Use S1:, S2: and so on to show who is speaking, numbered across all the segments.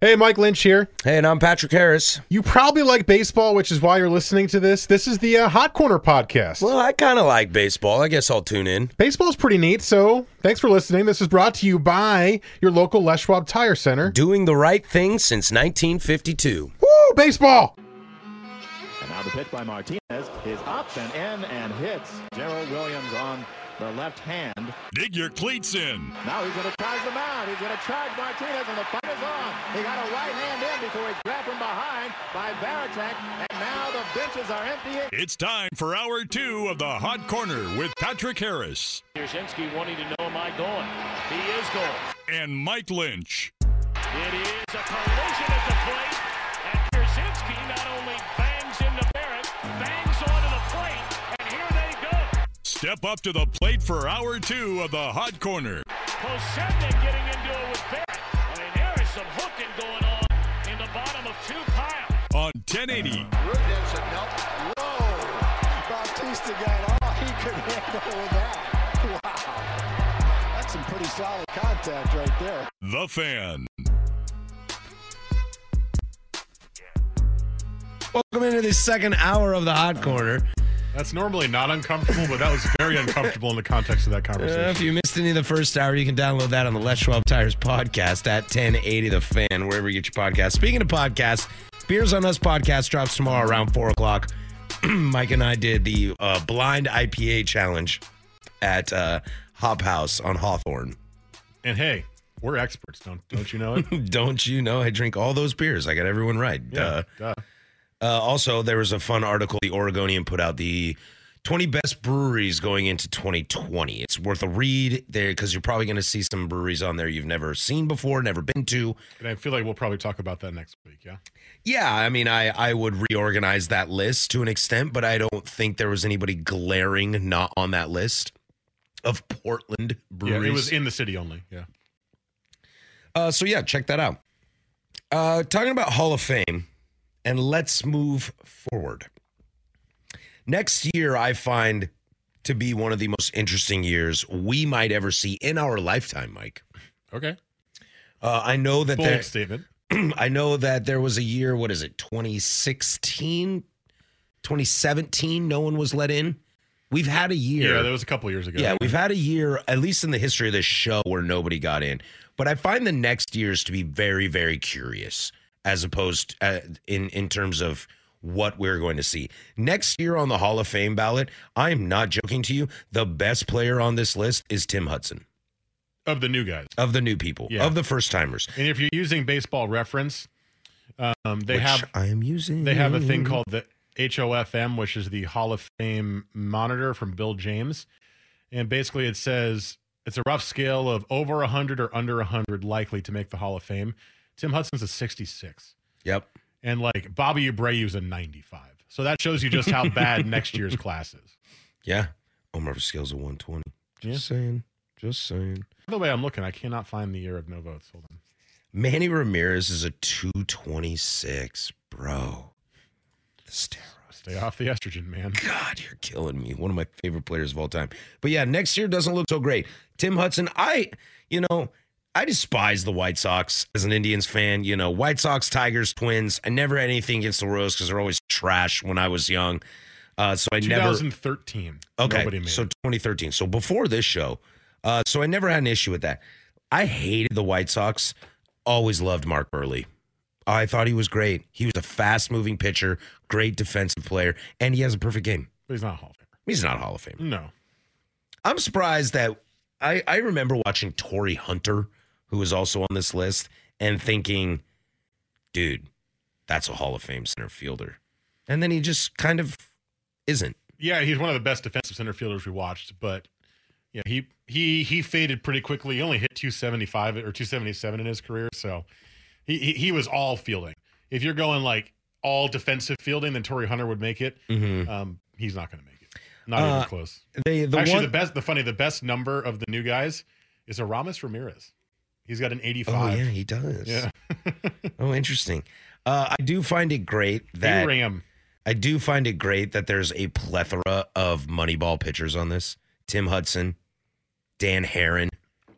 S1: Hey, Mike Lynch here.
S2: Hey, and I'm Patrick Harris.
S1: You probably like baseball, which is why you're listening to this. This is the uh, Hot Corner podcast.
S2: Well, I kind of like baseball. I guess I'll tune in.
S1: Baseball's pretty neat, so thanks for listening. This is brought to you by your local Les Schwab Tire Center.
S2: Doing the right thing since 1952.
S1: Woo, baseball!
S3: And now the pitch by Martinez is up and in and hits Gerald Williams on the left hand.
S4: Dig your cleats in.
S3: Now he's going to charge the mound. He's going to charge Martinez, and the fight is on. He got a right hand in before he grabbed from behind by Baratek, and now the benches are empty.
S4: It's time for hour two of the Hot Corner with Patrick Harris
S5: Yashinsky wanting to know, am I going? He is going.
S4: and Mike Lynch.
S5: It is a collision at the plate, and Yashinsky not only bangs into Barrett, bangs onto the plate, and here they go.
S4: Step up to the plate for hour two of the Hot Corner.
S5: Posednik getting into it with Barrett. I mean, there is some hooking going on in the bottom of two pile.
S4: on 1080
S6: Bautista got all he could handle with that. Wow. That's some pretty solid contact right there.
S4: The Fan.
S2: Welcome into the second hour of the Hot Corner.
S1: That's normally not uncomfortable, but that was very uncomfortable in the context of that
S2: Uh,
S1: conversation.
S2: if you missed any of the first hour, you can download that on the Les Schwab Tires podcast at 1080 The Fan, wherever you get your podcast. Speaking of podcasts, Beers on Us podcast drops tomorrow around 4 o'clock. Mike and I did the uh, Blind IPA Challenge at uh, Hop House on Hawthorne.
S1: and hey, we're experts, don't don't you know it?
S2: Don't you know I drink all those beers? I got everyone right. Duh.
S1: duh.
S2: Uh, also, there was a fun article the Oregonian put out the 20 best breweries going into 2020. It's worth a read there because you're probably going to see some breweries on there you've never seen before, never been to.
S1: And I feel like we'll probably talk about that next week. Yeah.
S2: Yeah, I mean, I I would reorganize that list to an extent, but I don't think there was anybody glaring not on that list of Portland breweries.
S1: Yeah. It was in the city only. Yeah.
S2: Uh, so yeah, check that out. Uh, talking about Hall of Fame, and let's move forward. Next year, I find to be one of the most interesting years we might ever see in our lifetime, Mike.
S1: Okay.
S2: Uh, I know that
S1: Bold
S2: there,
S1: statement.
S2: I know that there was a year. What is it? 2016, 2017. No one was let in. We've had a year.
S1: Yeah, that was a couple years ago.
S2: Yeah, we've had a year, at least in the history of this show, where nobody got in. But I find the next years to be very, very curious, as opposed uh, in in terms of what we're going to see next year on the Hall of Fame ballot. I am not joking to you. The best player on this list is Tim Hudson
S1: of the new guys.
S2: of the new people,
S1: Yeah.
S2: of the first timers.
S1: And if you're using baseball reference, um, they
S2: which
S1: have
S2: I Mm. am using.
S1: They have a thing called the HOFM, which is the Hall of Fame monitor from Bill James. And basically, it says it's a rough scale of over 100 or under 100 likely to make the Hall of Fame. Tim Hudson's a 66.
S2: Yep.
S1: And like Bobby Abreu's a 95. So that shows you just how bad next year's class is.
S2: Yeah. Omar Scales a 120. Just saying. Just saying.
S1: By the way, I'm looking. I cannot find the year of no votes. Hold on.
S2: Manny Ramirez is a 226, bro. The steroids.
S1: Stay off the estrogen, man.
S2: God, you're killing me. One of my favorite players of all time. But yeah, next year doesn't look so great. Tim Hudson, I, you know, I despise the White Sox as an Indians fan. You know, White Sox, Tigers, Twins. I never had anything against the Royals because they're always trash when I was young. Uh, so I never.
S1: 2013.
S2: Okay,
S1: Nobody made
S2: so
S1: it.
S2: 2013. So before this show, uh, so I never had an issue with that. I hated the White Sox. Always loved Mark Burley. I thought he was great. He was a fast-moving pitcher, great defensive player, and he has a perfect game.
S1: But he's not a Hall of
S2: He's not a Hall of Famer.
S1: Famer. No.
S2: I'm surprised that I, I remember watching Tory Hunter, who is also on this list, and thinking, dude, that's a Hall of Fame center fielder. And then he just kind of isn't.
S1: Yeah, he's one of the best defensive center fielders we watched, but yeah, he he he faded pretty quickly. He only hit 275 or 277 in his career, so he he, he was all fielding. if you're going like all defensive fielding, then Torrey Hunter would make it. Um, he's not going to make it. Not
S2: Mm-hmm. Uh,
S1: even close.
S2: They the
S1: Actually,
S2: one
S1: the best, the funny, the best number of the new guys is Aramis Ramirez. He's got an
S2: Oh
S1: 85.
S2: yeah, he does.
S1: Yeah.
S2: Oh, interesting. Uh, I do find it great that
S1: Ingram.
S2: I do find it great that there's a plethora of Moneyball pitchers on this. Tim Hudson, Dan Heron,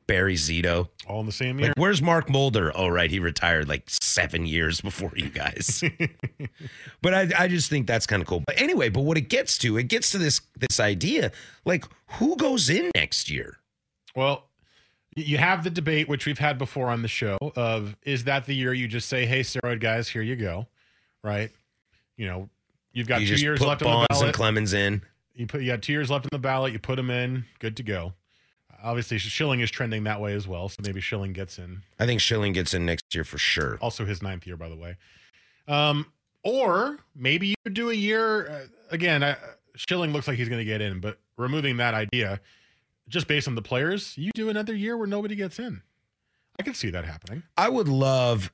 S2: Barry Zito.
S1: all in the same year.
S2: Like, where's Mark Mulder? Oh, right, he retired like seven years before you guys. but I, I just think that's kind of cool. But anyway, but what it gets to, it gets to this this idea, like who goes in next year?
S1: Well, y- you have the debate, which we've had before on the show, of is that the year you just say, "Hey, steroid guys, here you go," right? You know, you've got
S2: you
S1: two
S2: just
S1: years
S2: put
S1: left on the
S2: Bonds
S1: ballot.
S2: and Clemens in.
S1: you put you got two years left on the ballot. You put them in, good to go. Obviously, Schilling is trending that way as well, so maybe Schilling gets in.
S2: I think Schilling gets in next year for sure.
S1: Also, his ninth year, by the way. Um, or maybe you do a year uh, again. I, Schilling looks like he's going to get in, but removing that idea, just based on the players, you do another year where nobody gets in. I can see that happening.
S2: I would love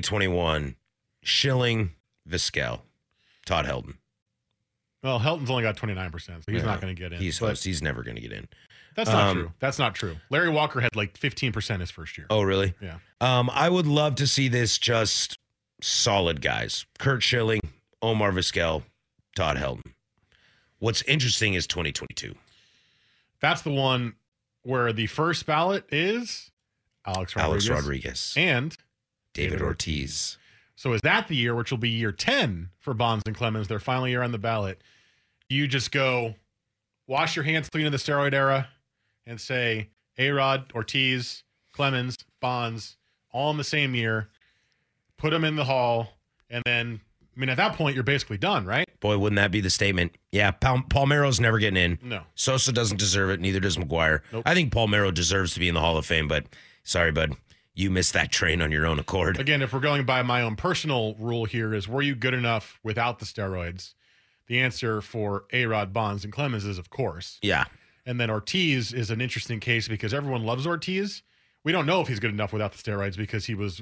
S2: 2021 Schilling, Viscal, Todd Helton.
S1: Well, Helton's only got twenty nine percent, so he's not going to get in.
S2: He's
S1: But
S2: host. He's never going to get in.
S1: that's not
S2: um,
S1: true. That's not true. Larry Walker had like fifteen percent his first year.
S2: Oh, really?
S1: Yeah.
S2: Um, I would love to see this just solid guys. Kurt Schilling, Omar Vizquel, Todd Helton. What's interesting is 2022.
S1: That's the one where the first ballot is Alex Rodriguez.
S2: Alex Rodriguez,
S1: And
S2: David
S1: David
S2: Ortiz.
S1: so is that the year, which will be year 10 for Bonds and Clemens, their final year on the ballot? Do you just go wash your hands clean of the steroid era and say, A Rod, Ortiz, Clemens, Bonds, all in the same year, put them in the hall, and then, I mean, at that point, you're basically done, right?
S2: Boy, wouldn't that be the statement? Yeah, Pal- Palmero's never getting in.
S1: No.
S2: Sosa doesn't deserve it. Neither does McGuire.
S1: Nope.
S2: I think Palmero deserves to be in the Hall of Fame, but sorry, bud, you missed that train on your own accord.
S1: Again, if we're going by my own personal rule here, is were you good enough without the steroids? The answer for A Rod, Bonds, and Clemens is, of course.
S2: Yeah.
S1: And then Ortiz is an interesting case because everyone loves Ortiz. We don't know if he's good enough without the steroids because he was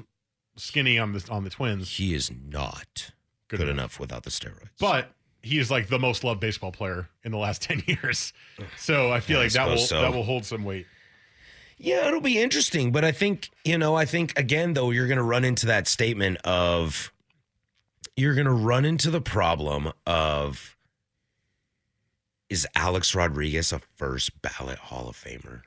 S1: skinny on the on the Twins,
S2: He is not
S1: Good
S2: good,
S1: enough.
S2: enough. without the steroids.
S1: but he is like the most loved baseball player in the last ten years. So I feel
S2: Yeah, I
S1: like that will
S2: suppose so.
S1: that will hold some weight.
S2: Yeah, it'll be interesting. But I think, you know, I think again, though, you're going to run into that statement of you're going to run into the problem of is Alex Rodriguez a first ballot Hall of Famer?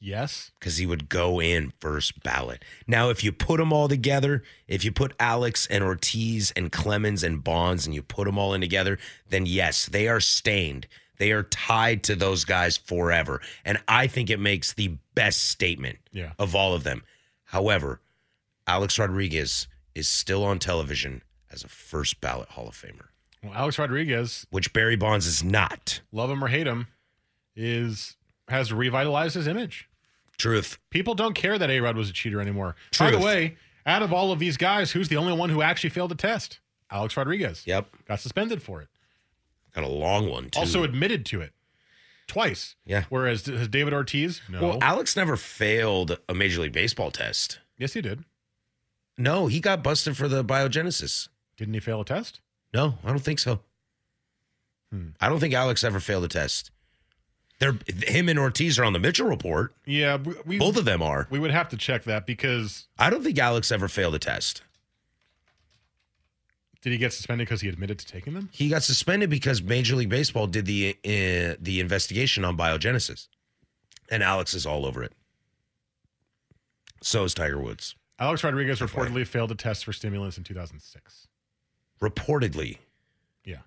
S1: Yes,
S2: Because he would go in first ballot. Now, if you put them all together, if you put Alex and Ortiz and Clemens and Bonds and you put them all in together, then yes, they are stained. They are tied to those guys forever. And I think it makes the best statement
S1: Yeah.
S2: of all of them. However, Alex Rodriguez is still on television as a first ballot Hall of Famer,
S1: well, Alex Rodriguez,
S2: which Barry Bonds is not.
S1: love him or hate him, is has revitalized his image.
S2: Truth.
S1: People don't care that A Rod was a cheater anymore. By the
S2: Truth.
S1: way, out of all of these guys, who's the only one who actually failed a test? Alex Rodriguez.
S2: Yep.
S1: Got suspended for it.
S2: Got a long one, too.
S1: Also admitted to it twice.
S2: Yeah.
S1: Whereas d- has David Ortiz, no.
S2: well, Alex never failed a Major League Baseball test.
S1: yes, he did.
S2: No, he got busted for the biogenesis.
S1: Didn't he fail a test?
S2: No, I don't think so. I don't think Alex ever failed a test. They're him and Ortiz are on the Mitchell report.
S1: Yeah, we, we
S2: Both of them are.
S1: we would have to check that because
S2: I don't think Alex ever failed a test.
S1: did he get suspended because he admitted to taking them?
S2: He got suspended because Major League Baseball did the uh, the investigation on biogenesis, and Alex is all over it. So is Tiger Woods,
S1: Alex Rodriguez reportedly failed a test for stimulants in 2006.
S2: reportedly.
S1: Yeah.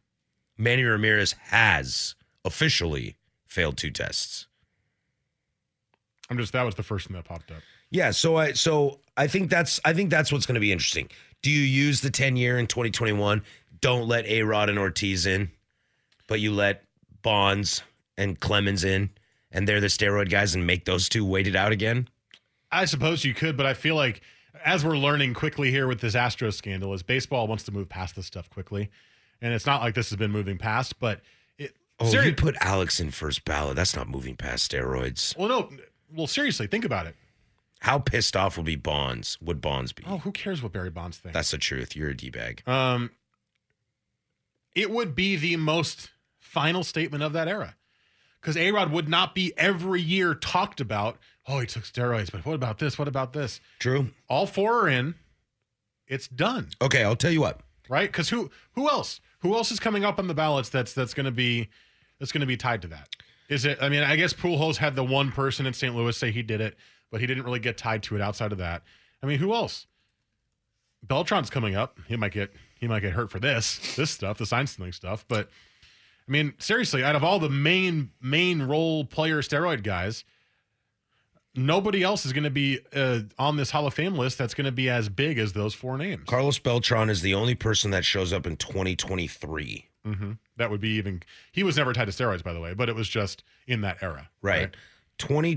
S2: Manny Ramirez has officially failed two tests.
S1: I'm just that was the first thing that popped up.
S2: Yeah, so I so I think that's I think that's what's going to be interesting. Do you use the 10 year in 2021? Don't let A-Rod and Ortiz in, but you let Bonds and Clemens in and they're the steroid guys and make those two weighted out again?
S1: I suppose you could, but I feel like as we're learning quickly here with this Astro scandal, is baseball wants to move past this stuff quickly, and it's not like this has been moving past, but it.
S2: Oh,
S1: seri-
S2: you put Alex in first ballot. That's not moving past steroids.
S1: well, no, well, seriously, think about it.
S2: How pissed off would be Bonds? Would Bonds be?
S1: Oh, who cares what Barry Bonds thinks?
S2: That's the truth. You're a d bag.
S1: Um, it would be the most final statement of that era. Because A Rod would not be every year talked about, oh, he took steroids, but what about this? What about this?
S2: True.
S1: All four are in. It's done,
S2: Okay, I'll tell you what.
S1: right? Because who who else? Who else is coming up on the ballots that's that's gonna be that's gonna be tied to that? Is it I mean, I guess Pujols had the one person in St. Louis say he did it, but he didn't really get tied to it outside of that. I mean, who else? Beltran's coming up. He might get he might get hurt for this this stuff, the sign stealing stuff. But I mean, seriously, out of all the main main role player steroid guys, nobody else is going to be uh, on this Hall of Fame list that's going to be as big as those four names.
S2: Carlos Beltran is the only person that shows up in 2023.
S1: hmm That would be even. He was never tied to steroids, by the way, but it was just in that era,
S2: Right.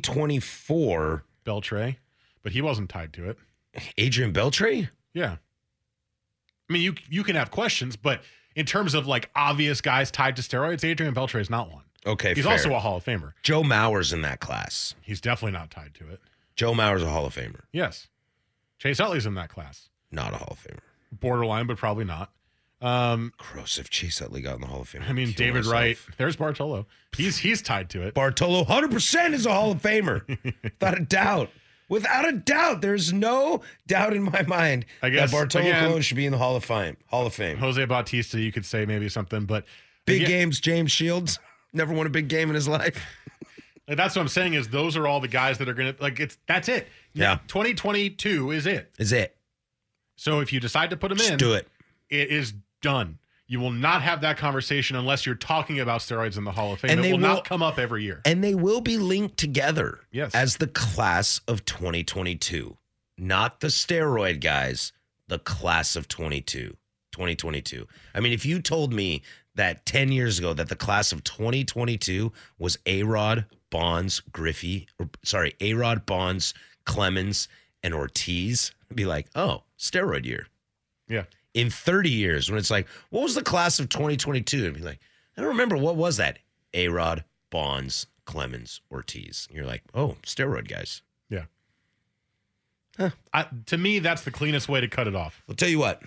S2: 2024,
S1: Beltray, but he wasn't tied to it.
S2: Adrian Beltre?
S1: Yeah. I mean, you you can have questions, but in terms of like obvious guys tied to steroids, Adrian Beltre is not one.
S2: Okay,
S1: He's
S2: Eh, fair.
S1: also a Hall of Famer.
S2: Joe Mauer's in that class.
S1: He's definitely not tied to it.
S2: Joe Mauer's a Hall of Famer,
S1: Yes. Chase Utley's in that class.
S2: not a Hall of Famer.
S1: Borderline, but probably not. Um,
S2: Gross if Chase Utley got in the Hall of Fame.
S1: I mean,
S2: I'd kill
S1: David
S2: myself.
S1: Wright. There's Bartolo. He's he's tied to it.
S2: Bartolo 100% is a Hall of Famer. Without a doubt. Without a doubt, there's no doubt in my mind
S1: I guess,
S2: that Bartolo
S1: again-
S2: Colon should be in the Hall of Fame. Hall of Fame.
S1: Jose Bautista, you could say maybe something, but
S2: Big
S1: Yeah.
S2: games, James Shields. Never won a big game in his life.
S1: like, that's what I'm saying is those are all the guys that are gonna like it's that's it.
S2: Yeah.
S1: 2022 is it.
S2: Is it.
S1: So if you decide to put them
S2: Just
S1: in,
S2: do it.
S1: it is done. You will not have that conversation unless you're talking about steroids in the Hall of Fame.
S2: And
S1: it
S2: they
S1: will,
S2: will-
S1: not come up every year.
S2: And they will be linked together
S1: Yes.
S2: as the class of 2022. Not the steroid guys, the class of 22, 2022. I mean, if you told me that 10 years ago that the class of 2022 was A-Rod, Bonds, Griffey, or, sorry, A-Rod, Bonds, Clemens, and Ortiz, I'd be like, oh, steroid year.
S1: Yeah.
S2: In 30 years, when it's like, what was the class of 2022? I'd be like, I don't remember. What was that? A Rod, Bonds, Clemens, Ortiz. And you're like, oh, steroid guys.
S1: I, to me, that's the cleanest way to cut it off.
S2: I'll tell you what,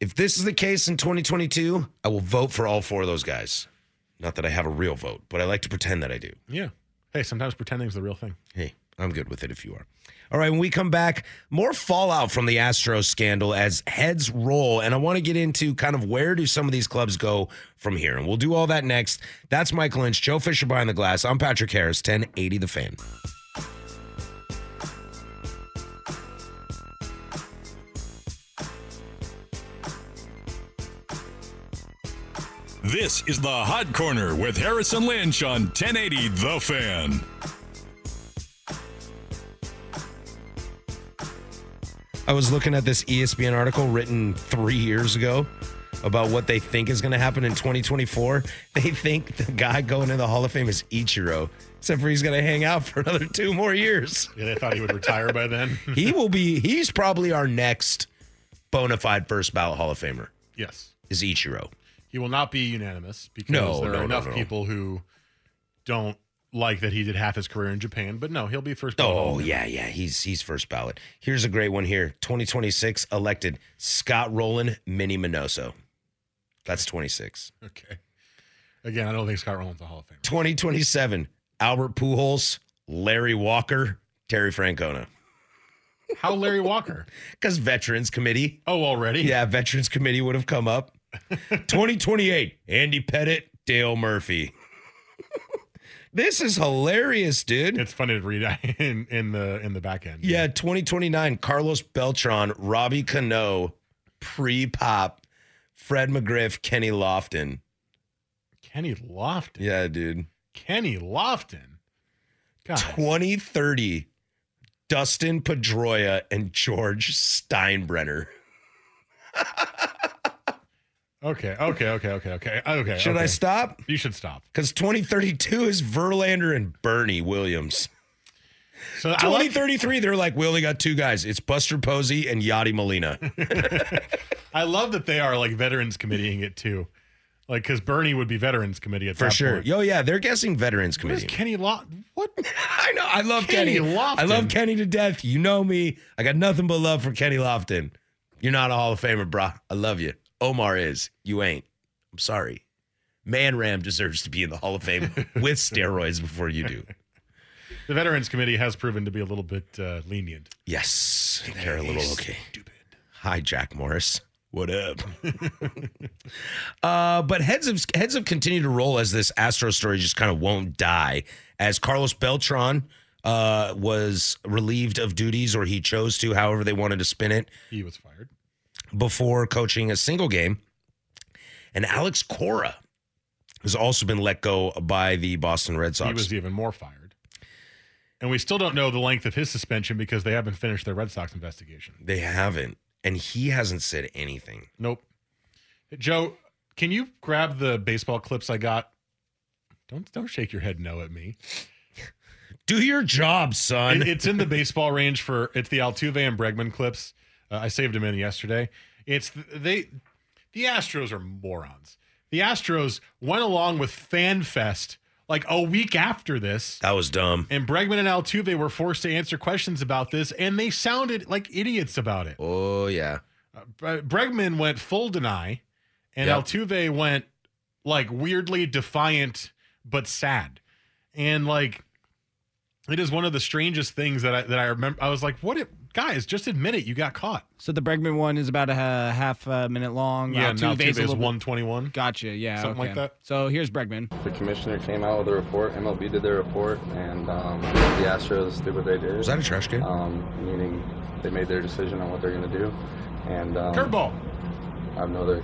S2: if this is the case in 2022, I will vote for all four of those guys. Not that I have a real vote, but I like to pretend that I do.
S1: Yeah. Hey, sometimes pretending is the real thing.
S2: Hey, I'm good with it if you are. All right, when we come back, more fallout from the Astros scandal as heads roll. And I want to get into kind of where do some of these clubs go from here. And we'll do all that next. That's Mike Lynch, Joe Fisher behind the glass. I'm Patrick Harris, 1080 The Fan.
S4: This is the Hot Corner with Harrison Lynch on 1080 The Fan.
S2: I was looking at this E ESPN article written three years ago about what they think is going to happen in 2024. They think the guy going to the Hall of Fame is Ichiro, except for he's going to hang out for another two more years.
S1: Yeah, they thought he would retire by then.
S2: he will be he's probably our next bona fide first ballot hall of famer
S1: yes.
S2: is ichiro
S1: He will not be unanimous because
S2: No,
S1: there
S2: no,
S1: are
S2: no,
S1: enough
S2: no.
S1: people who don't like that he did half his career in Japan. But no, he'll be first.
S2: oh yeah yeah he's he's first ballot here's a great one here 2026 elected scott Rowland, minnie minoso that's 26
S1: Okay. Again, I don't think Scott Rowland's a Hall of Famer.
S2: 2027 albert pujols larry walker terry francona
S1: How Larry Walker?
S2: because veterans committee
S1: Oh, already?
S2: yeah veterans committee would have come up 2028 andy pettit dale murphy this is hilarious dude
S1: It's funny to read in in the in the back end.
S2: Yeah, 2029, Carlos Beltran, Robbie Cano, pre pop, Fred McGriff, Kenny Lofton.
S1: Kenny Lofton.
S2: Yeah, dude.
S1: Kenny Lofton. God.
S2: 2030, Dustin Pedroia and George Steinbrenner.
S1: Okay. Okay. Okay. Okay. Okay. Okay.
S2: Should I
S1: okay.
S2: stop?
S1: You should stop.
S2: Because 2032 is Verlander and Bernie Williams.
S1: So I like
S2: 2033, they're like, we only got two guys. It's Buster Posey and Yachty Molina.
S1: I love that they are like veterans committeeing it too. Like, because Bernie would be Veterans Committee at
S2: for
S1: that
S2: sure.
S1: point.
S2: Oh yeah, they're guessing Veterans
S1: Where's
S2: Committee.
S1: Kenny Law? What?
S2: I know. I love
S1: Kenny
S2: Kenny. I love
S1: Lofton.
S2: Kenny to death. You know me. I got nothing but love for Kenny Lofton. You're not a Hall of Famer, brah. I love you. Omar is. You ain't. I'm sorry. Man Ram deserves to be in the Hall of Fame with steroids before you do.
S1: The Veterans Committee has proven to be a little bit uh, lenient.
S2: Yes. They're a little okay. Hi, Jack Morris. What up? uh, but heads have heads have continued to roll as this Astro story just kind of won't die. As Carlos Beltran uh, was relieved of duties, or he chose to, however they wanted to spin it,
S1: He was fired.
S2: before coaching a single game. And Alex Cora has also been let go by the Boston Red Sox.
S1: He was even more fired. And we still don't know the length of his suspension because they haven't finished their Red Sox investigation.
S2: they haven't, and he hasn't said anything.
S1: Nope. Joe, can you grab the baseball clips I got? Don't don't shake your head no at me.
S2: Do your job, son.
S1: It- it's in the baseball range for it's the Altuve and Bregman clips. Uh, I saved them in yesterday. It's th- they the Astros are morons. The Astros went along with FanFest like a week after this.
S2: that was dumb.
S1: And Bregman and Altuve were forced to answer questions about this, and they sounded like idiots about it.
S2: Oh yeah.
S1: Bre- Bregman went full deny, and
S2: Yep.
S1: Altuve went like weirdly defiant but sad, and like it is one of the strangest things that I that I remember. I was like, "What, it, guys? Just admit it. You got caught."
S7: So the Bregman one is about a ha- half a minute long.
S1: Yeah,
S7: Altuve's
S1: now
S7: a
S1: Altuve is
S7: little bit-
S1: one twenty one.
S7: Gotcha. Yeah.
S1: Something like
S7: okay.
S1: that.
S7: So here's Bregman.
S8: The commissioner came out with a report. MLB did their report, and um, the Astros did what they did.
S2: Was that a trash can?
S8: um, meaning they made their decision on what they're going to do, and um,
S1: Curveball.
S8: I have no other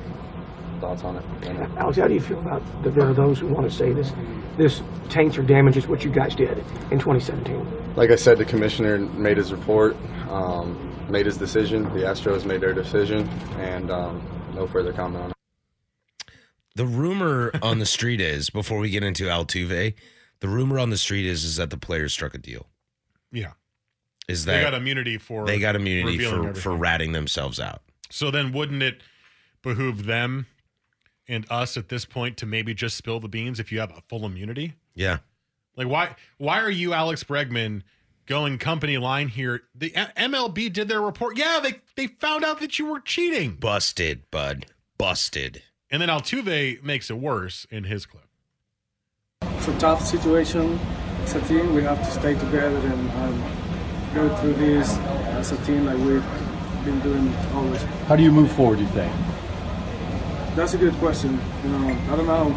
S8: thoughts on it. And
S9: Alex, how do you feel about that there are those who want to say this this taints or damages what you guys did in 2017?
S8: Like I said, the commissioner made his report, um, made his decision. The Astros made their decision, and um, no further comment on it.
S2: The rumor on the street is before we get into Altuve, the rumor on the street is is that the players struck a deal.
S1: Yeah,
S2: Is
S1: they got
S2: that
S1: immunity for
S2: they got immunity
S1: revealing
S2: for for
S1: everything.
S2: ratting themselves out?
S1: So then, wouldn't it behoove them and us at this point to maybe just spill the beans if you have a full immunity?
S2: Yeah.
S1: Like why why are you Alex Bregman going company line here? The A- MLB did their report. Yeah, they they found out that you were cheating.
S2: Busted, bud. Busted.
S1: And then Altuve makes it worse in his clip.
S9: It's a tough situation. As a team, we have to stay together and um, go through this as a team like we've been doing always.
S3: How do you move forward, you think?
S9: That's a good question. You know, I don't know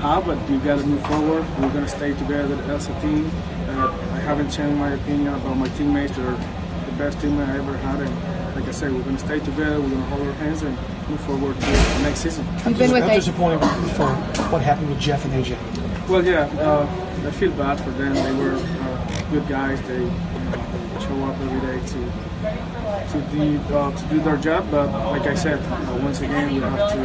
S9: how, but you got to move forward. We're gonna stay together as a team. Uh, I haven't changed my opinion about my teammates. They're the best teammate I ever had, and like I said, we're gonna stay together. We're gonna hold our hands and move forward to the next season.
S5: You've been with
S9: I'm
S5: a-
S9: disappointed for what happened with Jeff and AJ. Well, yeah, uh, I feel bad for them. They were uh, good guys. They you know, show up every day to to do, uh, to do their job. But like I said, uh, once again, we have to,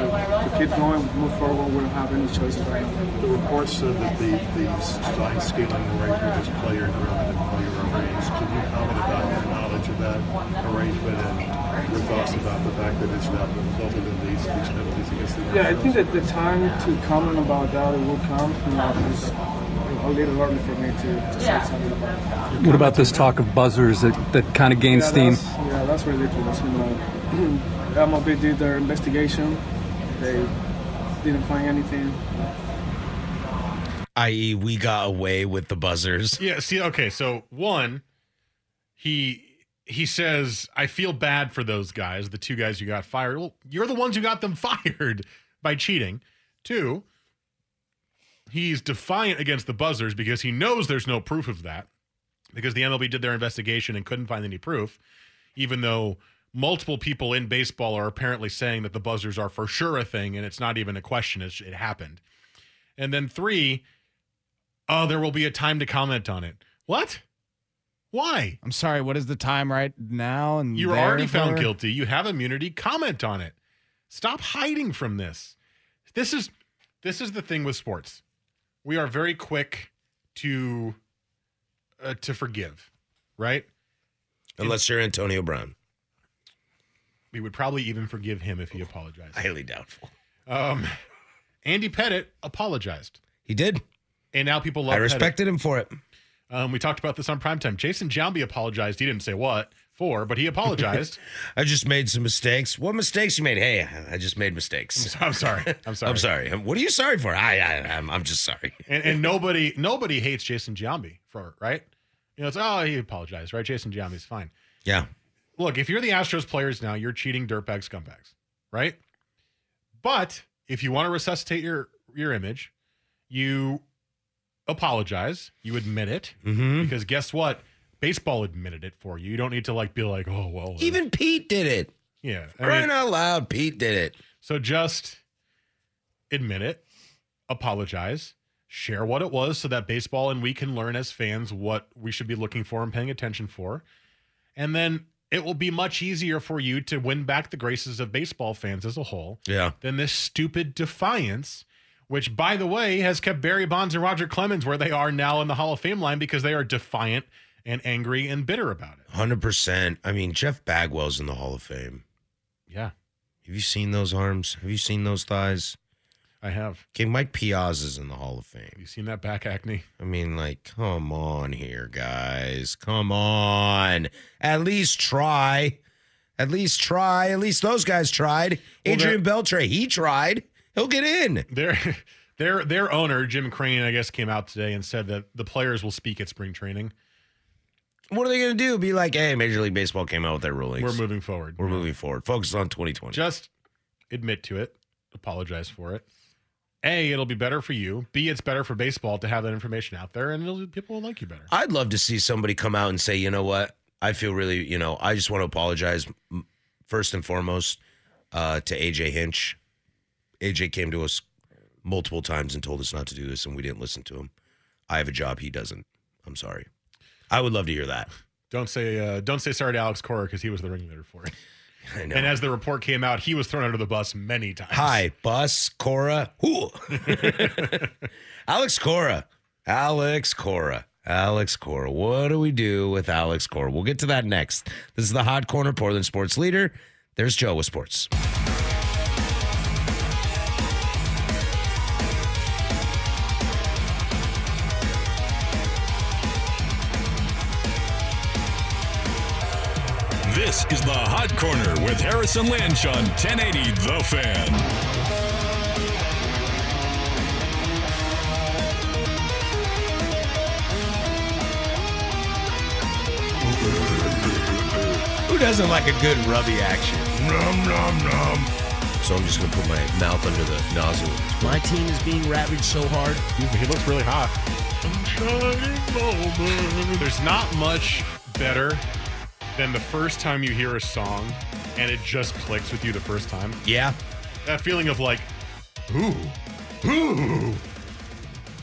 S9: to keep going, move forward. We don't have any choices right now.
S3: The report said that the, the sign stealing arrangement was player driven and player arranged. Can you comment about your knowledge of that arrangement and your thoughts about the fact that it's now resulted in these, these penalties against the
S9: Yeah, I think that the time to comment about that will come. You know, it's a little early for me to, to say something about it.
S3: What about this talk of buzzers that, that kind of gains
S9: yeah, that's- Yeah, that's ridiculous. You know, MLB did their investigation. They didn't find anything.
S2: I.e., E, we got away with the buzzers.
S1: Yeah, see okay, so one he he says, "I feel bad for those guys, the two guys you got fired. Well, you're the ones who got them fired by cheating." Two, he's defiant against the buzzers because he knows there's no proof of that because the MLB did their investigation and couldn't find any proof, even though multiple people in baseball are apparently saying that the buzzers are for sure a thing and it's not even a question, it's, it happened. And then three, oh, there will be a time to comment on it. What? Why?
S7: I'm sorry. What is the time right now? And
S1: You were already found
S7: therefore-
S1: guilty. You have immunity. Comment on it. Stop hiding from this. This is this is the thing with sports. We are very quick to uh, to forgive, right?
S2: Unless you're Antonio Brown.
S1: We would probably even forgive him if he apologized.
S2: Highly doubtful.
S1: Um, Andy Pettit apologized.
S2: He did.
S1: And now people love
S2: I respected him for it.
S1: Um, we talked about this on primetime. Jason Jownby apologized. He didn't say what for, but he apologized.
S2: I just made some mistakes. What mistakes you made? Hey, I just made mistakes.
S1: I'm sorry. I'm sorry.
S2: I'm sorry. What are you sorry for? I, I I'm, I'm just sorry.
S1: and, and nobody nobody hates Jason Giambi for it, right? You know, it's oh he apologized, right? Jason Giambi's fine.
S2: Yeah.
S1: Look, if you're the Astros players now, you're cheating dirtbag scumbags, right? But if you want to resuscitate your your image, you apologize, you admit it,
S2: Mhm.
S1: because guess what? Baseball admitted it for you. You don't need to like be like, oh well. uh,
S2: Even Pete did it.
S1: yeah, I
S2: Crying
S1: mean-
S2: out loud, Pete did it.
S1: So just admit it, apologize, share what it was so that baseball and we can learn as fans what we should be looking for and paying attention for. And then it will be much easier for you to win back the graces of baseball fans as a whole
S2: Yeah.
S1: than this stupid defiance, which, by the way, has kept Barry Bonds and Roger Clemens where they are now in the Hall of Fame line because they are defiant and angry and bitter about it.
S2: Hundred percent. I mean, Jeff Bagwell's in the Hall of Fame.
S1: Yeah,
S2: Have you seen those arms? Have you seen those thighs?
S1: I have.
S2: Okay, Mike Piazza's in the Hall of Fame.
S1: Have you seen that back acne?
S2: I mean, like, come on here, guys. Come on. At least try. At least try. At least those guys tried.
S1: Well, they're-
S2: Adrian Beltre, he tried. He'll get in.
S1: their their their owner Jim Crane, I guess, came out today and said that the players will speak at spring training.
S2: What are they going to do? Be like, hey, Major League Baseball came out with their rulings.
S1: We're moving forward.
S2: We're moving forward. Focus on 2020.
S1: Just admit to it, apologize for it. A, it'll be better for you. B, it's better for baseball to have that information out there, and it'll, people will like you better.
S2: I'd love to see somebody come out and say, you know what? I feel really, you know, I just want to apologize m- first and foremost uh, to AJ Hinch. AJ came to us multiple times and told us not to do this, and we didn't listen to him. I have a job he doesn't. I'm sorry. I would love to hear that.
S1: Don't say uh, don't say sorry to Alex Cora because he was the ringleader for it.
S2: I know.
S1: And as the report came out, he was thrown under the bus many times.
S2: Hi, bus, Cora. Who? Alex Cora. Alex Cora. Alex Cora. What do we do with Alex Cora? We'll get to that next. This is the Hot Corner, Portland Sports Leader. There's Joe with sports.
S4: This is the Hot Corner with Harrison Lynch on 1080 The Fan.
S2: Who doesn't like a good rubby action? Nom, nom, nom. So I'm just going to put my mouth under the nozzle. My team is being ravaged so hard.
S1: He looks really hot. There's not much better than the first time you hear a song and it just clicks with you the first time.
S2: Yeah.
S1: That feeling of like, ooh, ooh.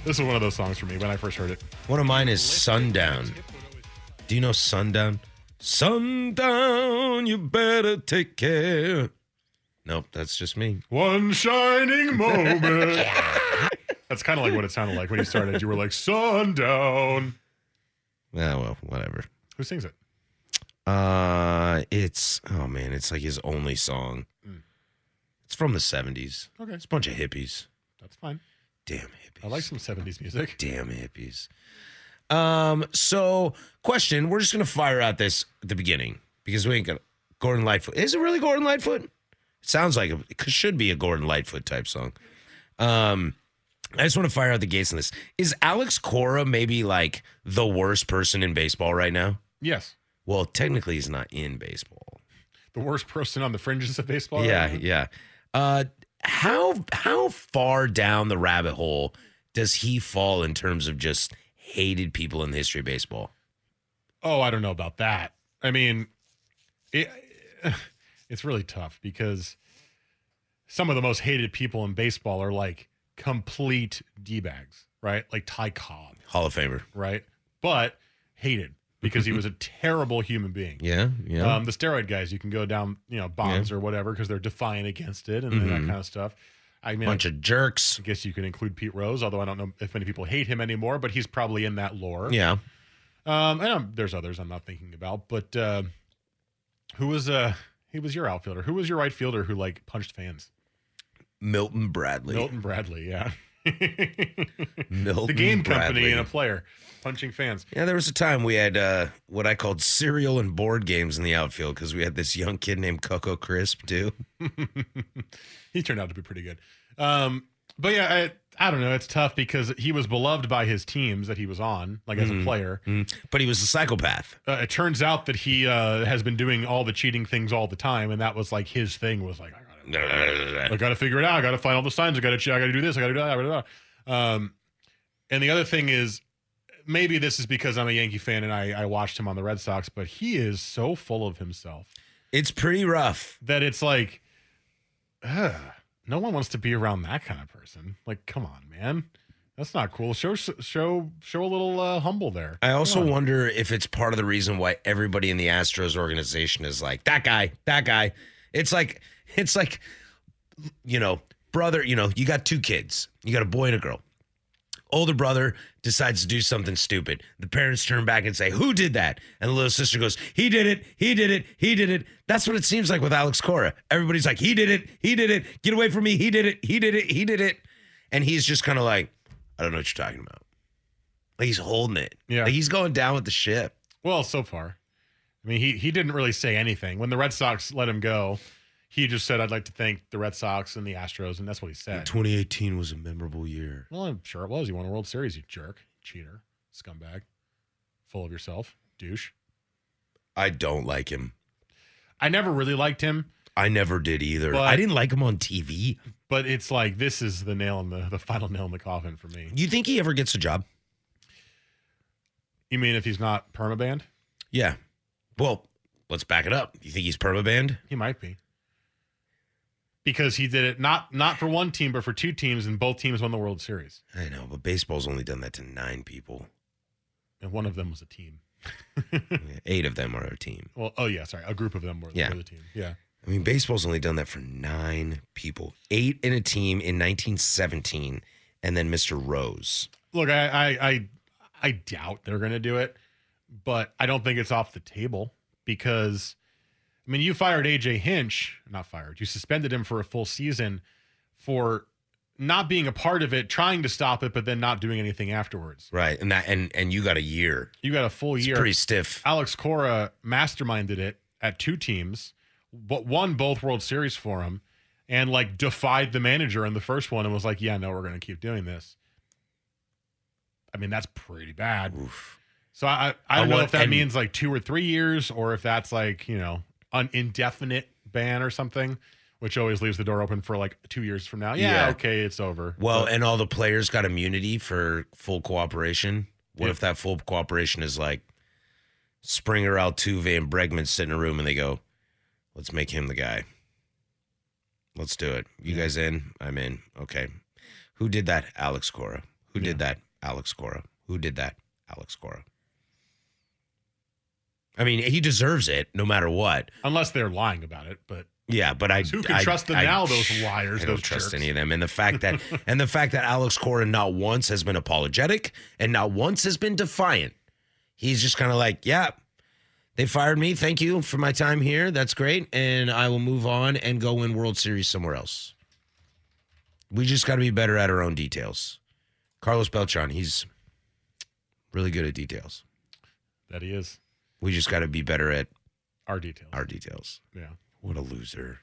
S1: This is one of those songs for me when I first heard it.
S2: One of mine is Sundown. Do you know Sundown? Sundown, you better take care. Nope, that's just me.
S1: One shining moment. That's kind of like what it sounded like when you started. You were like, sundown.
S2: Ah, well, whatever.
S1: Who sings it?
S2: Uh, it's oh man, it's like his only song. It's from the '70s.
S1: Hmm. Okay.
S2: it's a bunch of hippies.
S1: That's fine.
S2: Damn hippies.
S1: I like some 70s music.
S2: Damn hippies. Um, so question, we're just gonna fire out this at the beginning because we ain't gonna Gordon Lightfoot. Is it really Gordon Lightfoot? It sounds like a, it should be a Gordon Lightfoot type song. Um, I just want to fire out the gates on this. Is Alex Cora maybe like the worst person in baseball right now?
S1: Yes.
S2: Well, technically, he's not in baseball.
S1: The worst person on the fringes of baseball.
S2: yeah, yeah. Uh, how how far down the rabbit hole does he fall in terms of just hated people in the history of baseball?
S1: Oh, I don't know about that. I mean, it, it's really tough because some of the most hated people in baseball are like complete d bags, right? Like Ty Cobb,
S2: Hall of Famer.
S1: right? But hated because he was a terrible human being.
S2: Yeah, yeah.
S1: Um, the steroid guys, you can go down, you know, bombs or whatever because they're defiant against it and that
S2: Mhm.
S1: kind of stuff. I mean,
S2: Bunch
S1: I
S2: of jerks.
S1: guess you can include Pete Rose, although I don't know if many people hate him anymore, but he's probably in that lore.
S2: Yeah.
S1: Um, and um, there's others I'm not thinking about, but uh, who was uh he was your outfielder? Who was your right fielder who like punched fans?
S2: Milton Bradley.
S1: Milton Bradley, yeah.
S2: Milton
S1: the game company
S2: Bradley.
S1: and a player punching fans.
S2: Yeah, there was a time we had uh, what I called cereal and board games in the outfield because we had this young kid named Coco Crisp too.
S1: he turned out to be pretty good. Um, but yeah, I, I don't know. It's tough because he was beloved by his teams that he was on, like as a
S2: Mhm.
S1: player.
S2: Mhm. But he was a psychopath.
S1: Uh, it turns out that he uh, has been doing all the cheating things all the time, and that was like his thing. Was like, I got to figure it out. I got to find all the signs. I got to. I got to do this. I got to do that. I gotta do that. Um, and the other thing is, maybe this is because I'm a Yankee fan and I, I watched him on the Red Sox, but he is so full of himself.
S2: It's pretty rough
S1: that it's like, ugh, no one wants to be around that kind of person. Like, come on, man, that's not cool. Show show show a little uh, humble there.
S2: I also
S1: Come on.
S2: wonder if it's part of the reason why everybody in the Astros organization is like that guy, that guy. It's like it's like you know, brother, you know, you got two kids. You got a boy and a girl. Older brother decides to do something stupid. The parents turn back and say, "Who did that?" And the little sister goes, "He did it. He did it. He did it." That's what it seems like with Alex Cora. Everybody's like, "He did it. He did it. Get away from me. He did it. He did it. He did it." And he's just kind of like, "I don't know what you're talking about." Like he's holding it.
S1: Yeah.
S2: Like he's going down with the ship.
S1: Well, so far, I mean, he he didn't really say anything when the Red Sox let him go. He just said, "I'd like to thank the Red Sox and the Astros," and that's what he said.
S2: 2018 was a memorable year.
S1: Well, I'm sure it was. You won a World Series, you jerk, cheater, scumbag, full of yourself, douche.
S2: I don't like him.
S1: I never really liked him,
S2: I never did either.
S1: But-
S2: I didn't like him on TV.
S1: but it's like this is the nail in the the final nail in the coffin for me.
S2: You think he ever gets a job?
S1: You mean if he's not permabanned?
S2: Yeah. Well, let's back it up. You think he's permabanned?
S1: He might be. Because he did it not not for one team, but for two teams, and both teams won the World Series.
S2: I know, but baseball's only done that to nine people.
S1: And one of them was a team.
S2: Eight of them are a team.
S1: Well, oh yeah, sorry. A group of them were,
S2: Yeah.
S1: were the team. Yeah.
S2: I mean, baseball's only done that for nine people. Eight in a team in 1917, and then Mr. Rose.
S1: Look, I I I, I doubt they're gonna do it, but I don't think it's off the table because I mean you fired AJ Hinch, not fired, you suspended him for a full season for not being a part of it, trying to stop it, but then not doing anything afterwards.
S2: Right. And that and and you got a year.
S1: You got a full
S2: It's
S1: year.
S2: pretty stiff.
S1: Alex Cora masterminded it at two teams, but won both World Series for him, and like defied the manager in the first one and was like, "Yeah, no, we're going to keep doing this." I mean, that's pretty bad. So I I, I
S2: I
S1: don't know
S2: want-
S1: if that
S2: and-
S1: means like two or three years, or if that's like you know an indefinite ban or something, which always leaves the door open for like two years from now. Yeah,
S2: Yeah.
S1: okay, it's over.
S2: Well,
S1: But-
S2: and all the players got immunity for full cooperation. What
S1: Yeah.
S2: if that full cooperation is like Springer, Altuve, and Bregman sit in a room and they go, "Let's make him the guy. Let's do it. You guys in? I'm in. Okay. Who did that? Alex Cora. Who did that? Alex Cora. Who did that? Alex Cora. I mean, he deserves it no matter what.
S1: unless they're lying about it, but
S2: Yeah, but I
S1: Who can
S2: I-
S1: trust them
S2: I-
S1: now, those liars,
S2: I don't
S1: those
S2: trust
S1: jerks.
S2: any of them, and the fact that and the fact that Alex Cora not once has been apologetic and not once has been defiant. He's just kind of like, yeah, they fired me. Thank you for my time here. That's great, and I will move on and go win World Series somewhere else. We just got to be better at our own details. Carlos Beltran, he's really good at details.
S1: that he is
S2: We just got to be better at
S1: our detail.
S2: our details.
S1: Yeah.
S2: What a loser.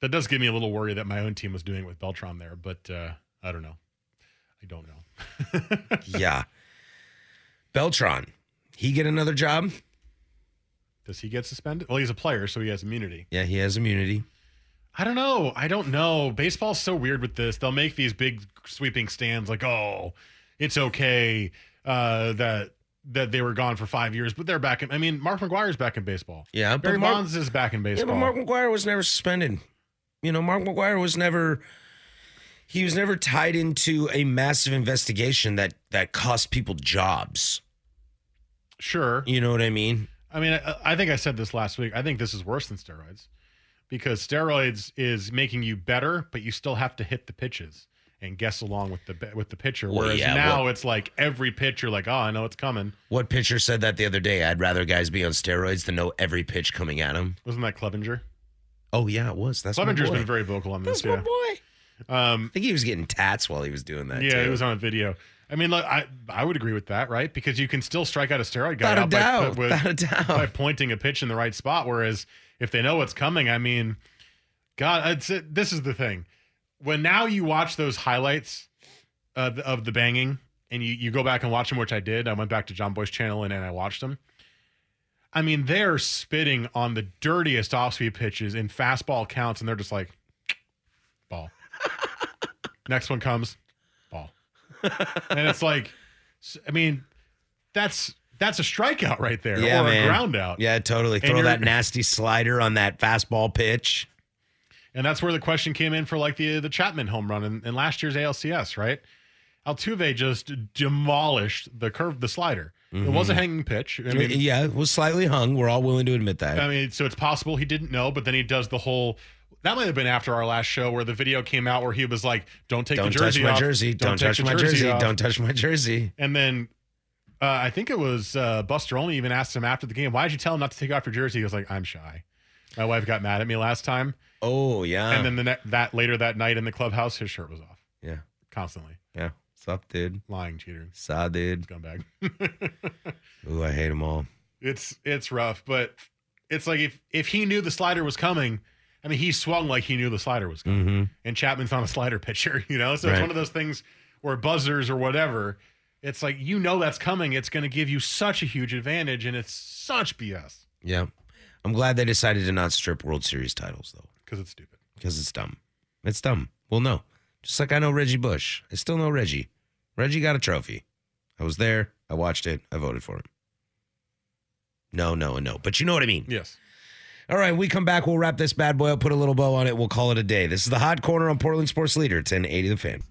S1: that does give me a little worry that my own team was doing it with Beltron there, but uh, I don't know. I don't know.
S2: yeah. Beltron, he get another job?
S1: Does he get suspended? Well, he's a player, so he has immunity.
S2: Yeah, he has immunity.
S1: I don't know. I don't know. Baseball's so weird with this. They'll make these big sweeping stands like, oh, it's okay uh, that that they were gone for five years, but they're back in. I mean, Mark McGuire's back in baseball.
S2: Yeah,
S1: Barry
S2: Mark-
S1: Bonds is back in
S2: Yeah,
S1: baseball.
S2: but Mark McGuire was never suspended. You know, Mark McGuire was never he was never tied into a massive investigation that that cost people jobs.
S1: sure.
S2: You know what I mean?
S1: I mean, I, I think I said this last week. I think this is worse than steroids because steroids is making you better, but you still have to hit the pitches and guess along with the ba- with the pitcher.
S2: Well,
S1: Whereas
S2: yeah,
S1: now
S2: well-
S1: it's like every pitcher, like, oh, I know it's coming.
S2: What pitcher said that the other day? I'd rather guys be on steroids than know every pitch coming at him.
S1: Wasn't that Clevenger?
S2: Oh yeah, it was. That's
S1: Clevenger's
S2: Clevenger's
S1: been very vocal on this.
S2: That's my
S1: yeah.
S2: boy.
S1: Um, I
S2: think he was getting tats while he was doing that.
S1: yeah,
S2: too.
S1: it was on video. I mean, look, I I would agree with that, right? Because you can still strike out a steroid guy
S2: Without a
S1: out
S2: doubt,
S1: by,
S2: without a
S1: doubt. by pointing a pitch in the right spot. Whereas if they know what's coming, I mean, God, it's, it, this is the thing. When now you watch those highlights of, of the banging, and you you go back and watch them, which I did. I went back to John Boy's channel and, and I watched them. I mean, they're spitting on the dirtiest off-speed pitches in fastball counts, and they're just like, ball. Next one comes, ball. and it's like, s- I mean, that's that's a strikeout right there,
S2: Yeah,
S1: or
S2: man.
S1: a ground out.
S2: Yeah, totally.
S1: And
S2: Throw
S1: you're-
S2: that nasty slider on that fastball pitch.
S1: And that's where the question came in for like the the Chapman home run in, in last year's ALCS, right? Altuve just demolished the curve, the slider. It was a
S2: Mhm.
S1: hanging pitch. I mean,
S2: yeah, it was slightly hung. We're all willing to admit that.
S1: I mean, so it's possible he didn't know, but then he does the whole. That might have been after our last show where the video came out where he was like, "Don't take
S2: don't
S1: the
S2: touch
S1: jersey
S2: my
S1: off.
S2: jersey. Don't,
S1: take
S2: touch
S1: the
S2: my jersey.
S1: off."
S2: Don't touch my jersey.
S1: And then uh, I think it was uh, Buster only even asked him after the game, "Why did you tell him not to take off your jersey?" He was like, "I'm shy. My wife got mad at me last time."
S2: Oh yeah.
S1: And then the ne- that later that night in the clubhouse, his shirt was off
S2: Yeah.
S1: constantly.
S2: Yeah. Sup, dude.
S1: Lying, cheater,
S2: Saw, dude.
S1: scumbag.
S2: Ooh, I hate them all.
S1: It's it's rough, but it's like if if he knew the slider was coming, I mean, he swung like he knew the slider was coming.
S2: Mhm.
S1: And Chapman's not a slider pitcher, you know. So
S2: Right.
S1: it's one of those things where buzzers or whatever, it's like you know that's coming. It's going to give you such a huge advantage, and it's such BS
S2: Yeah. I'm glad they decided to not strip World Series titles though,
S1: because it's stupid.
S2: because it's dumb. It's dumb. Well, no. Just like I know Reggie Bush. I still know Reggie. Reggie got a trophy. I was there. I watched it. I voted for him. No, no, and no. But you know what I mean.
S1: Yes.
S2: All right, we come back. We'll wrap this bad boy up, put a little bow on it. We'll call it a day. This is the Hot Corner on Portland Sports Leader, 1080 The Fan.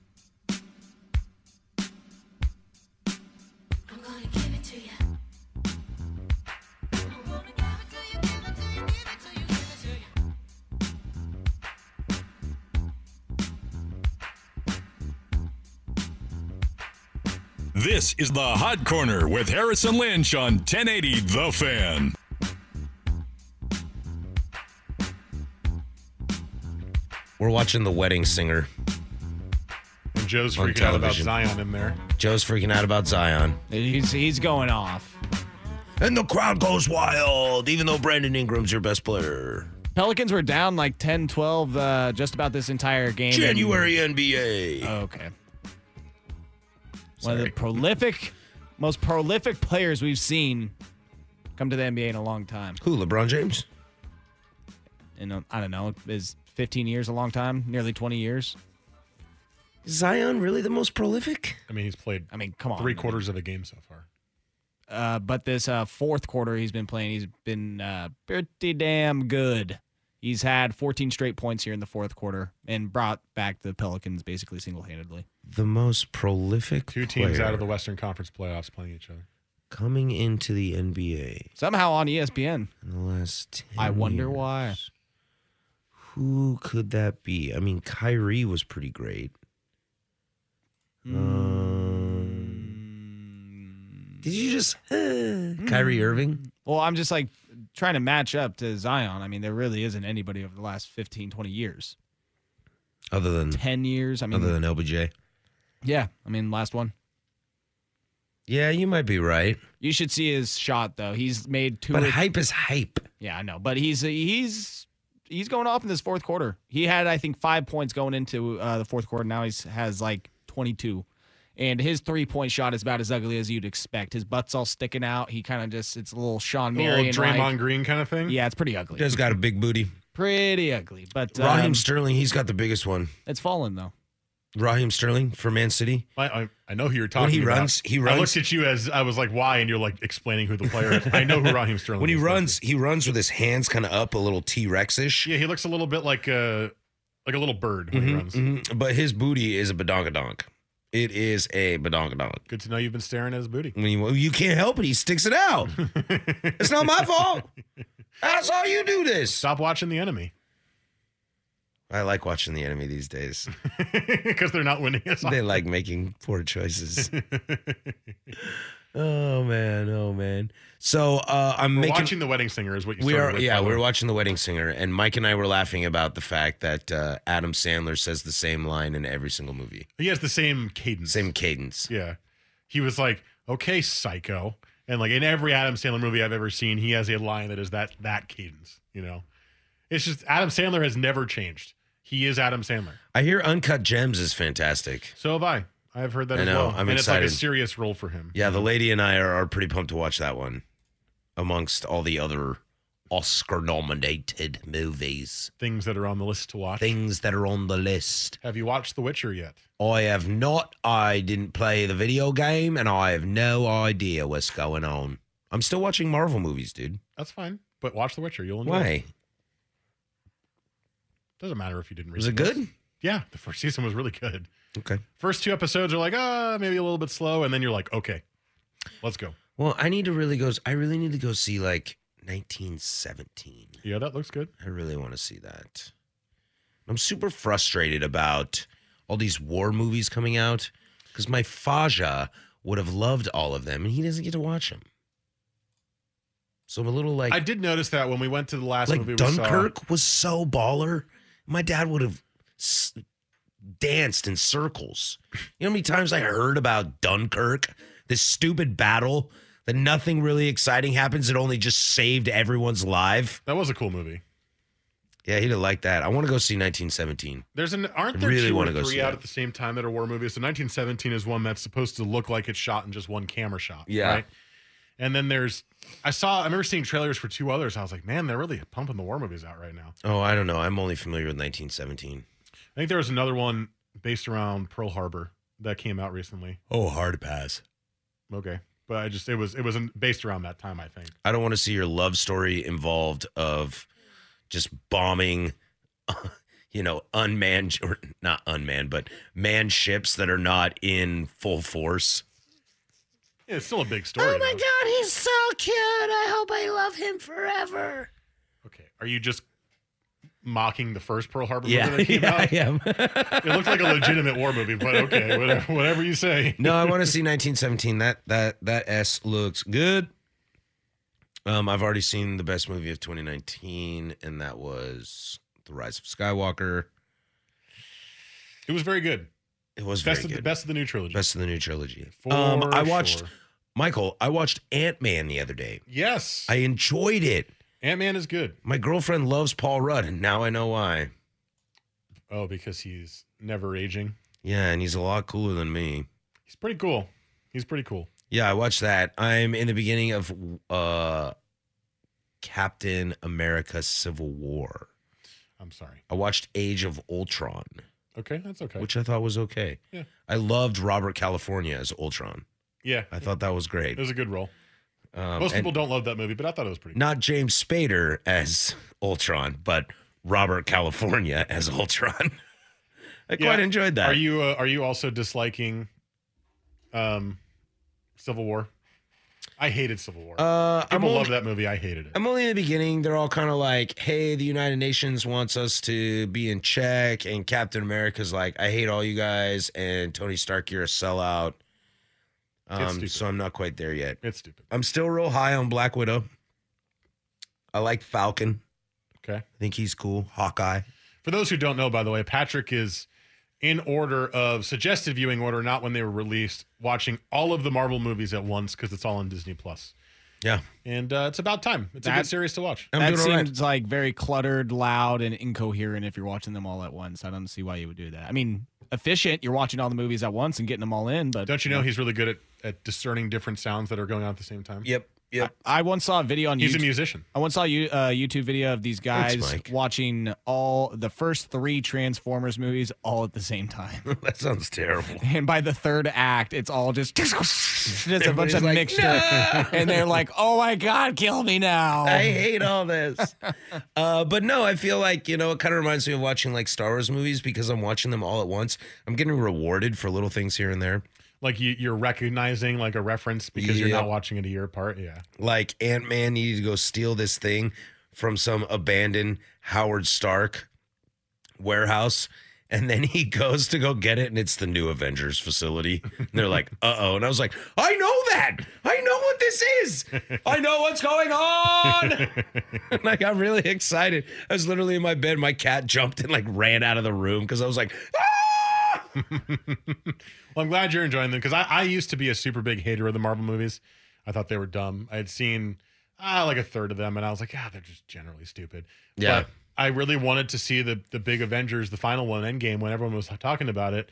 S4: This is the Hot Corner with Harrison Lynch on 1080 The Fan.
S2: We're watching The Wedding Singer.
S1: And Joe's
S2: On
S1: freaking out about
S2: television.
S1: Zion in there.
S2: Joe's freaking out about Zion.
S7: He's he's going off.
S2: And the crowd goes wild, even though Brandon Ingram's your best player.
S7: Pelicans were down like 10, 12 uh, just about this entire game. and-
S2: January NBA.
S7: okay. One of the prolific, most prolific players we've seen come to the NBA in a long time.
S2: Who, LeBron James?
S7: And uh, I don't know, is 15 years a long time? Nearly 20 years?
S2: Is Zion really the most prolific?
S1: I mean, he's played.
S7: I mean, come on.
S1: three quarters of a game so far.
S7: Uh, but this uh, fourth quarter he's been playing, he's been uh, pretty damn good. He's had 14 straight points here in the fourth quarter and brought back the Pelicans basically single handedly.
S2: The most prolific
S1: Two teams
S2: player
S1: out of the Western Conference playoffs playing each other.
S2: coming into the NBA
S7: Somehow on E ESPN.
S2: in the last 10
S7: I wonder
S2: years.
S7: why.
S2: Who could that be? I mean, Kyrie was pretty great.
S7: Hmm.
S2: Um, did you just
S7: Hmm.
S2: Kyrie Irving?
S7: Well, I'm just like trying to match up to Zion. I mean, there really isn't anybody over the last 15, 20 years.
S2: Other than
S7: 10 years. I mean,
S2: other than LBJ.
S7: yeah. I mean, last one.
S2: Yeah, you might be right.
S7: You should see his shot, though. He's made two.
S2: But
S7: or-
S2: hype is hype.
S7: yeah, I know. But he's, uh, he's, he's going off in this fourth quarter. He had, I think, five points going into uh, the fourth quarter. Now he's has like 22. And his three point shot is about as ugly as you'd expect. His butt's all sticking out. He kind of just, it's a little Sean Marion.
S1: Little Draymond Green kind of thing.
S7: Yeah, it's pretty ugly.
S2: Does got a big booty.
S7: Pretty ugly. But um,
S2: Raheem Sterling, he's got the biggest one.
S7: it's fallen, though.
S2: Raheem Sterling for Man City.
S1: I, I, I know who you're talking
S2: When he
S1: about.
S2: runs- he
S1: I
S2: runs-
S1: looked at you as I was like, why? And you're like explaining who the player is. I know who Raheem Sterling
S2: When he
S1: is.
S2: runs, he runs with his hands kind of up a little T Rex ish.
S1: Yeah, he looks a little bit like a like a little bird
S2: Mm-hmm,
S1: when he runs.
S2: But his booty is a badongadonk. It is a badongadonk.
S1: Good to know you've been staring at his booty.
S2: I mean, well, you can't help it. He sticks it out. it's not my fault. That's all you do this.
S1: Stop watching the enemy
S2: I like watching the enemy these days.
S1: because they're not winning us.
S2: They like making poor choices. Oh man, oh man. So uh, I'm
S1: We're
S2: making
S1: watching The Wedding Singer is what you
S2: we
S1: started
S2: are
S1: with,
S2: yeah
S1: by the
S2: we're
S1: way.
S2: watching the wedding singer and mike and i were laughing about the fact that uh, adam sandler says the same line in every single movie
S1: He has the same cadence.
S2: same cadence
S1: Yeah. He was like, okay, psycho. And like in every Adam Sandler movie I've ever seen, he has a line that is that that cadence, you know? It's just Adam Sandler has never changed. He is Adam Sandler.
S2: i hear uncut gems is fantastic
S1: So have I. I've heard that
S2: I
S1: as
S2: know,
S1: well.
S2: I'm
S1: and it's
S2: excited.
S1: like a serious role for him.
S2: yeah the lady and i are, are pretty pumped to watch that one amongst all the other oscar nominated movies
S1: Things that are on the list to watch.
S2: things that are on the list
S1: have you watched The Witcher yet?
S2: i have not i didn't play the video game and i have no idea what's going on i'm still watching marvel movies dude
S1: That's fine. But watch The Witcher. You'll enjoy it.
S2: why
S1: Doesn't matter if you didn't read
S2: was it
S1: the books.
S2: good
S1: Yeah. The first season was really good.
S2: okay
S1: First two episodes are like, ah, maybe a little bit slow. And then you're like, okay, let's go.
S2: Well, I need to really go. I really need to go see like 1917.
S1: Yeah, that looks good.
S2: I really want to see that. I'm super frustrated about all these war movies coming out because my Faja would have loved all of them, and he doesn't get to watch them. So I'm a little like,
S1: I did notice that when we went to the last movie
S2: like
S1: we
S2: Dunkirk was so baller. My dad would have s- danced in circles. You know how many times I heard about Dunkirk, this stupid battle that nothing really exciting happens. It only just saved everyone's life.
S1: saw. That was a cool movie.
S2: Yeah, he'd have liked that. I want to go see 1917.
S1: There's an aren't
S2: I
S1: there
S2: really
S1: two or
S2: wanna go
S1: three
S2: see
S1: out
S2: that.
S1: at the same time that are war movies? So 1917 is one that's supposed to look like it's shot in just one camera shot.
S2: Yeah.
S1: Right? And then there's I saw I remember seeing trailers for two others. I was like, man, they're really pumping the war movies out right now.
S2: Oh, I don't know. I'm only familiar with 1917.
S1: I think there was another one based around Pearl Harbor that came out recently.
S2: Oh, hard pass.
S1: Okay. But I just it was it was in- based around that time, I think.
S2: I don't want to see your love story involved of just bombing, you know, unmanned or not unmanned, but manned ships that are not in full force.
S1: Yeah, it's still a big story. though.
S2: Oh god, he's so cute. I hope I love him forever.
S1: Okay. Are you just mocking the first Pearl Harbor
S2: Yeah,
S1: movie that came
S2: yeah,
S1: out?
S2: I am.
S1: It looked like a legitimate war movie, but okay, whatever, whatever you say.
S2: no, I want to see 1917. That that that S looks good. Um, I've already seen the best movie of 2019, and that was The Rise of Skywalker.
S1: It was very good.
S2: It was
S1: Best
S2: very
S1: of
S2: good.
S1: the best of the new trilogy.
S2: Best of the new trilogy.
S1: For
S2: um, I watched
S1: sure.
S2: Michael. I watched Ant Man the other day.
S1: Yes,
S2: I enjoyed it.
S1: Ant Man is good.
S2: My girlfriend loves Paul Rudd, and now I know why.
S1: Oh, because he's never aging.
S2: Yeah, and he's a lot cooler than me.
S1: He's pretty cool. He's pretty cool.
S2: Yeah, I watched that. I'm in the beginning of uh, Captain America: Civil War.
S1: I'm sorry.
S2: I watched Age of Ultron,
S1: Okay, that's okay.
S2: which I thought was okay.
S1: Yeah.
S2: I loved Robert California as Ultron.
S1: yeah,
S2: I thought that was great.
S1: it was a good role.
S2: Um,
S1: Most
S2: and-
S1: people don't love that movie, but I thought it was pretty.
S2: not James Spader as Ultron, but Robert California as Ultron. I
S1: Yeah.
S2: quite enjoyed
S1: cool.
S2: that.
S1: Are you uh, are you also disliking um Civil War? I hated Civil War.
S2: Uh, I'm
S1: people
S2: only,
S1: love that movie. I hated it.
S2: I'm only in the beginning. They're all kind of like, "Hey, the United Nations wants us to be in check," and Captain America's like, "I hate all you guys," and Tony Stark, you're a sellout. Um,
S1: stupid.
S2: so I'm not quite there yet.
S1: it's stupid.
S2: I'm still real high on Black Widow. I like Falcon.
S1: Okay.
S2: I think he's cool. Hawkeye.
S1: For those who don't know, by the way, Patrick is in order of suggested viewing order, not when they were released, watching all of the Marvel movies at once because it's all on Disney Plus.
S2: Yeah.
S1: And uh, it's about time. It's a
S7: That-
S1: good series to watch.
S2: I'm
S7: that
S2: doing all right.
S7: seems like very cluttered, loud, and incoherent if you're watching them all at once. I don't see why you would do that. I mean, efficient, you're watching all the movies at once and getting them all in, but
S1: Don't you know he's really good at, at discerning different sounds that are going on at the same time?
S2: Yep. Yep.
S7: I once saw a video on
S1: He's a
S7: YouTube.
S1: musician.
S7: I once saw you uh, YouTube video of these
S2: Thanks,
S7: guys
S2: Mike.
S7: watching all the first three Transformers movies all at the same time,
S2: that sounds terrible.
S7: and by the third act, it's all just just a bunch
S2: Everybody's
S7: of
S2: like,
S7: mixture,
S2: "No!"
S7: and they're like, "Oh my god, kill me now!"
S2: I hate all this. Oh, uh, but no, I feel like, you know, it kind of reminds me of watching like Star Wars movies because I'm watching them all at once. I'm getting rewarded for little things here and there.
S1: Like you, you're recognizing like a reference because you're
S2: Yep.
S1: not watching it a year apart. Yeah.
S2: Like Ant Man needed to go steal this thing from some abandoned Howard Stark warehouse. And then he goes to go get it, and it's the new Avengers facility. And they're like, uh oh. And I was like, I know that. I know what this is. I know what's going on. and I got really excited. I was literally in my bed. My cat jumped and like ran out of the room because I was like, "Ah!"
S1: Well, I'm glad you're enjoying them because I, I used to be a super big hater of the Marvel movies. I thought they were dumb. I had seen ah, like a third of them, and I was like, ah, they're just generally stupid.
S2: Yeah.
S1: But I really wanted to see the the big Avengers, the final one, Endgame, when everyone was talking about it.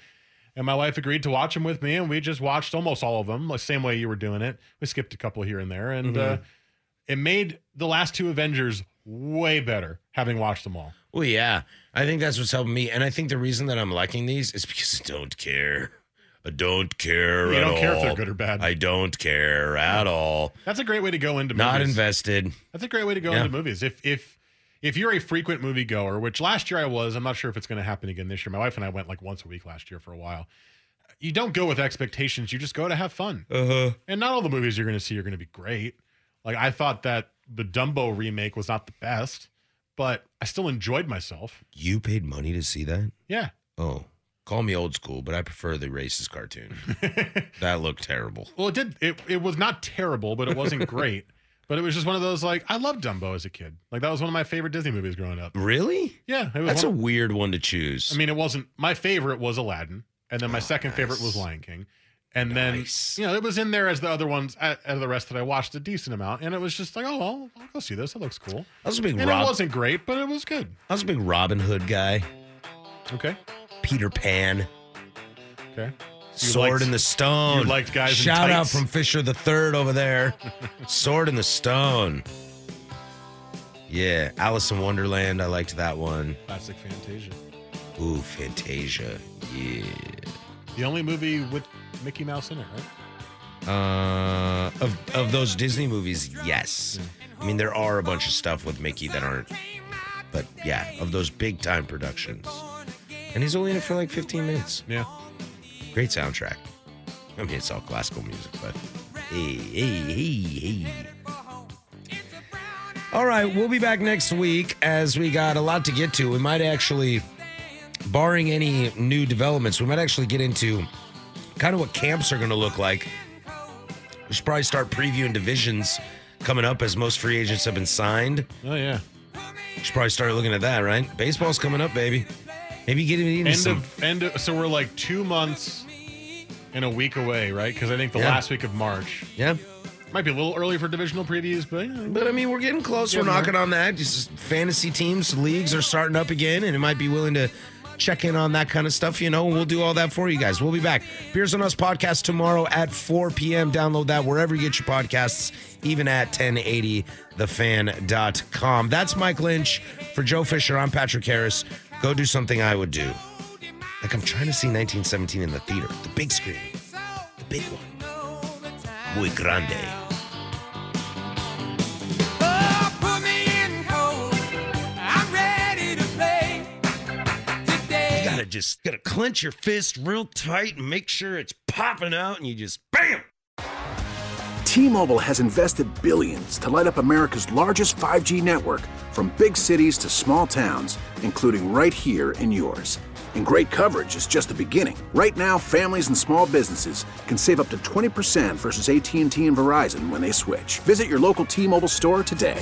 S1: And my wife agreed to watch them with me, and we just watched almost all of them, the same way you were doing it. We skipped a couple here and there, and
S2: Mhm.
S1: uh, it made the last two Avengers way better having watched them all.
S2: Well, yeah, I think that's what's helping me, and I think the reason that I'm liking these is because I don't care. I don't care
S1: You
S2: at
S1: don't care if they're
S2: all.
S1: good or bad.
S2: I don't care at all.
S1: That's a great way to go into
S2: Not
S1: movies.
S2: invested.
S1: That's a great way to go
S2: Yeah.
S1: into movies. If if if you're a frequent moviegoer, which last year I was, I'm not sure if it's going to happen again this year. My wife and I went like once a week last year for a while. You don't go with expectations. You just go to have fun.
S2: Uh-huh.
S1: And not all the movies you're going to see are going to be great. Like I thought that the Dumbo remake was not the best, but I still enjoyed myself.
S2: You paid money to see that?
S1: Yeah.
S2: Oh, call me old school, but I prefer the racist cartoon. that looked terrible.
S1: Well, it did. It it was not terrible, but it wasn't great. But it was just one of those like I loved Dumbo as a kid. Like that was one of my favorite Disney movies growing up.
S2: Really?
S1: Yeah, it was
S2: That's
S1: one-
S2: a weird one to choose.
S1: Uh-huh. I mean, it wasn't my favorite was Aladdin, and then my second favorite was Lion King, and then you know it was in there as the other ones, a- as the rest that I watched a decent amount, and it was just like, oh, well, I'll go see this. That looks cool.
S2: I was a big
S1: and
S2: Rob-
S1: It wasn't great, but it was good.
S2: I was a big Robin Hood guy.
S1: Okay.
S2: Peter Pan.
S1: Okay.
S2: Sword
S1: liked-
S2: in the Stone.
S1: you liked guys in
S2: Shout out
S1: tights.
S2: from Fisher the Third over there. Sword in the Stone. Yeah, Alice in Wonderland. I liked that one.
S1: Classic Fantasia.
S2: Ooh, Fantasia. Yeah.
S1: The only movie with Mickey Mouse in it, right?
S2: Uh, of of those Disney movies, yes. I mean, there are a bunch of stuff with Mickey that aren't, but yeah, of those big time productions. And he's only in it for like 15 minutes.
S1: Yeah.
S2: Great soundtrack. I mean, it's all classical music, but hey, hey, hey, hey. All right, we'll be back next week as we got a lot to get to. We might actually, barring any new developments, we might actually get into kind of what camps are going to look like. We should probably start previewing divisions coming up as most free agents have been signed.
S1: Oh yeah.
S2: We should probably start looking at that, right? Baseball's coming up, baby. Maybe get into
S1: End
S2: some
S1: of end. Of, so we're like two months and a week away, right? Because I think the
S2: Yeah.
S1: last week of March.
S2: Yeah.
S1: Might be a little early for divisional previews, but you know.
S2: But I mean, we're getting close.
S1: Yeah,
S2: we're
S1: we are.
S2: knocking on that. Just fantasy teams, leagues are starting up again, and it might be willing to check in on that kind of stuff. You know, and we'll do all that for you guys. We'll be back. Beers on Us podcast tomorrow at 4 p.m. Download that wherever you get your podcasts, even at 1080thefan.com. That's Mike Lynch. For Joe Fisher, I'm Patrick Harris. Go do something I would do. Like, I'm trying to see 1917 in the theater, the big screen, the big one. Muy grande.
S5: Oh,
S2: You gotta just gotta clench your fist real tight and make sure it's popping out, and you just bam.
S10: T-Mobile has invested billions to light up America's largest 5G network from big cities to small towns, including right here in yours. And great coverage is just the beginning. Right now, families and small businesses can save up to 20% versus AT&T and Verizon when they switch. Visit your local T-Mobile store today.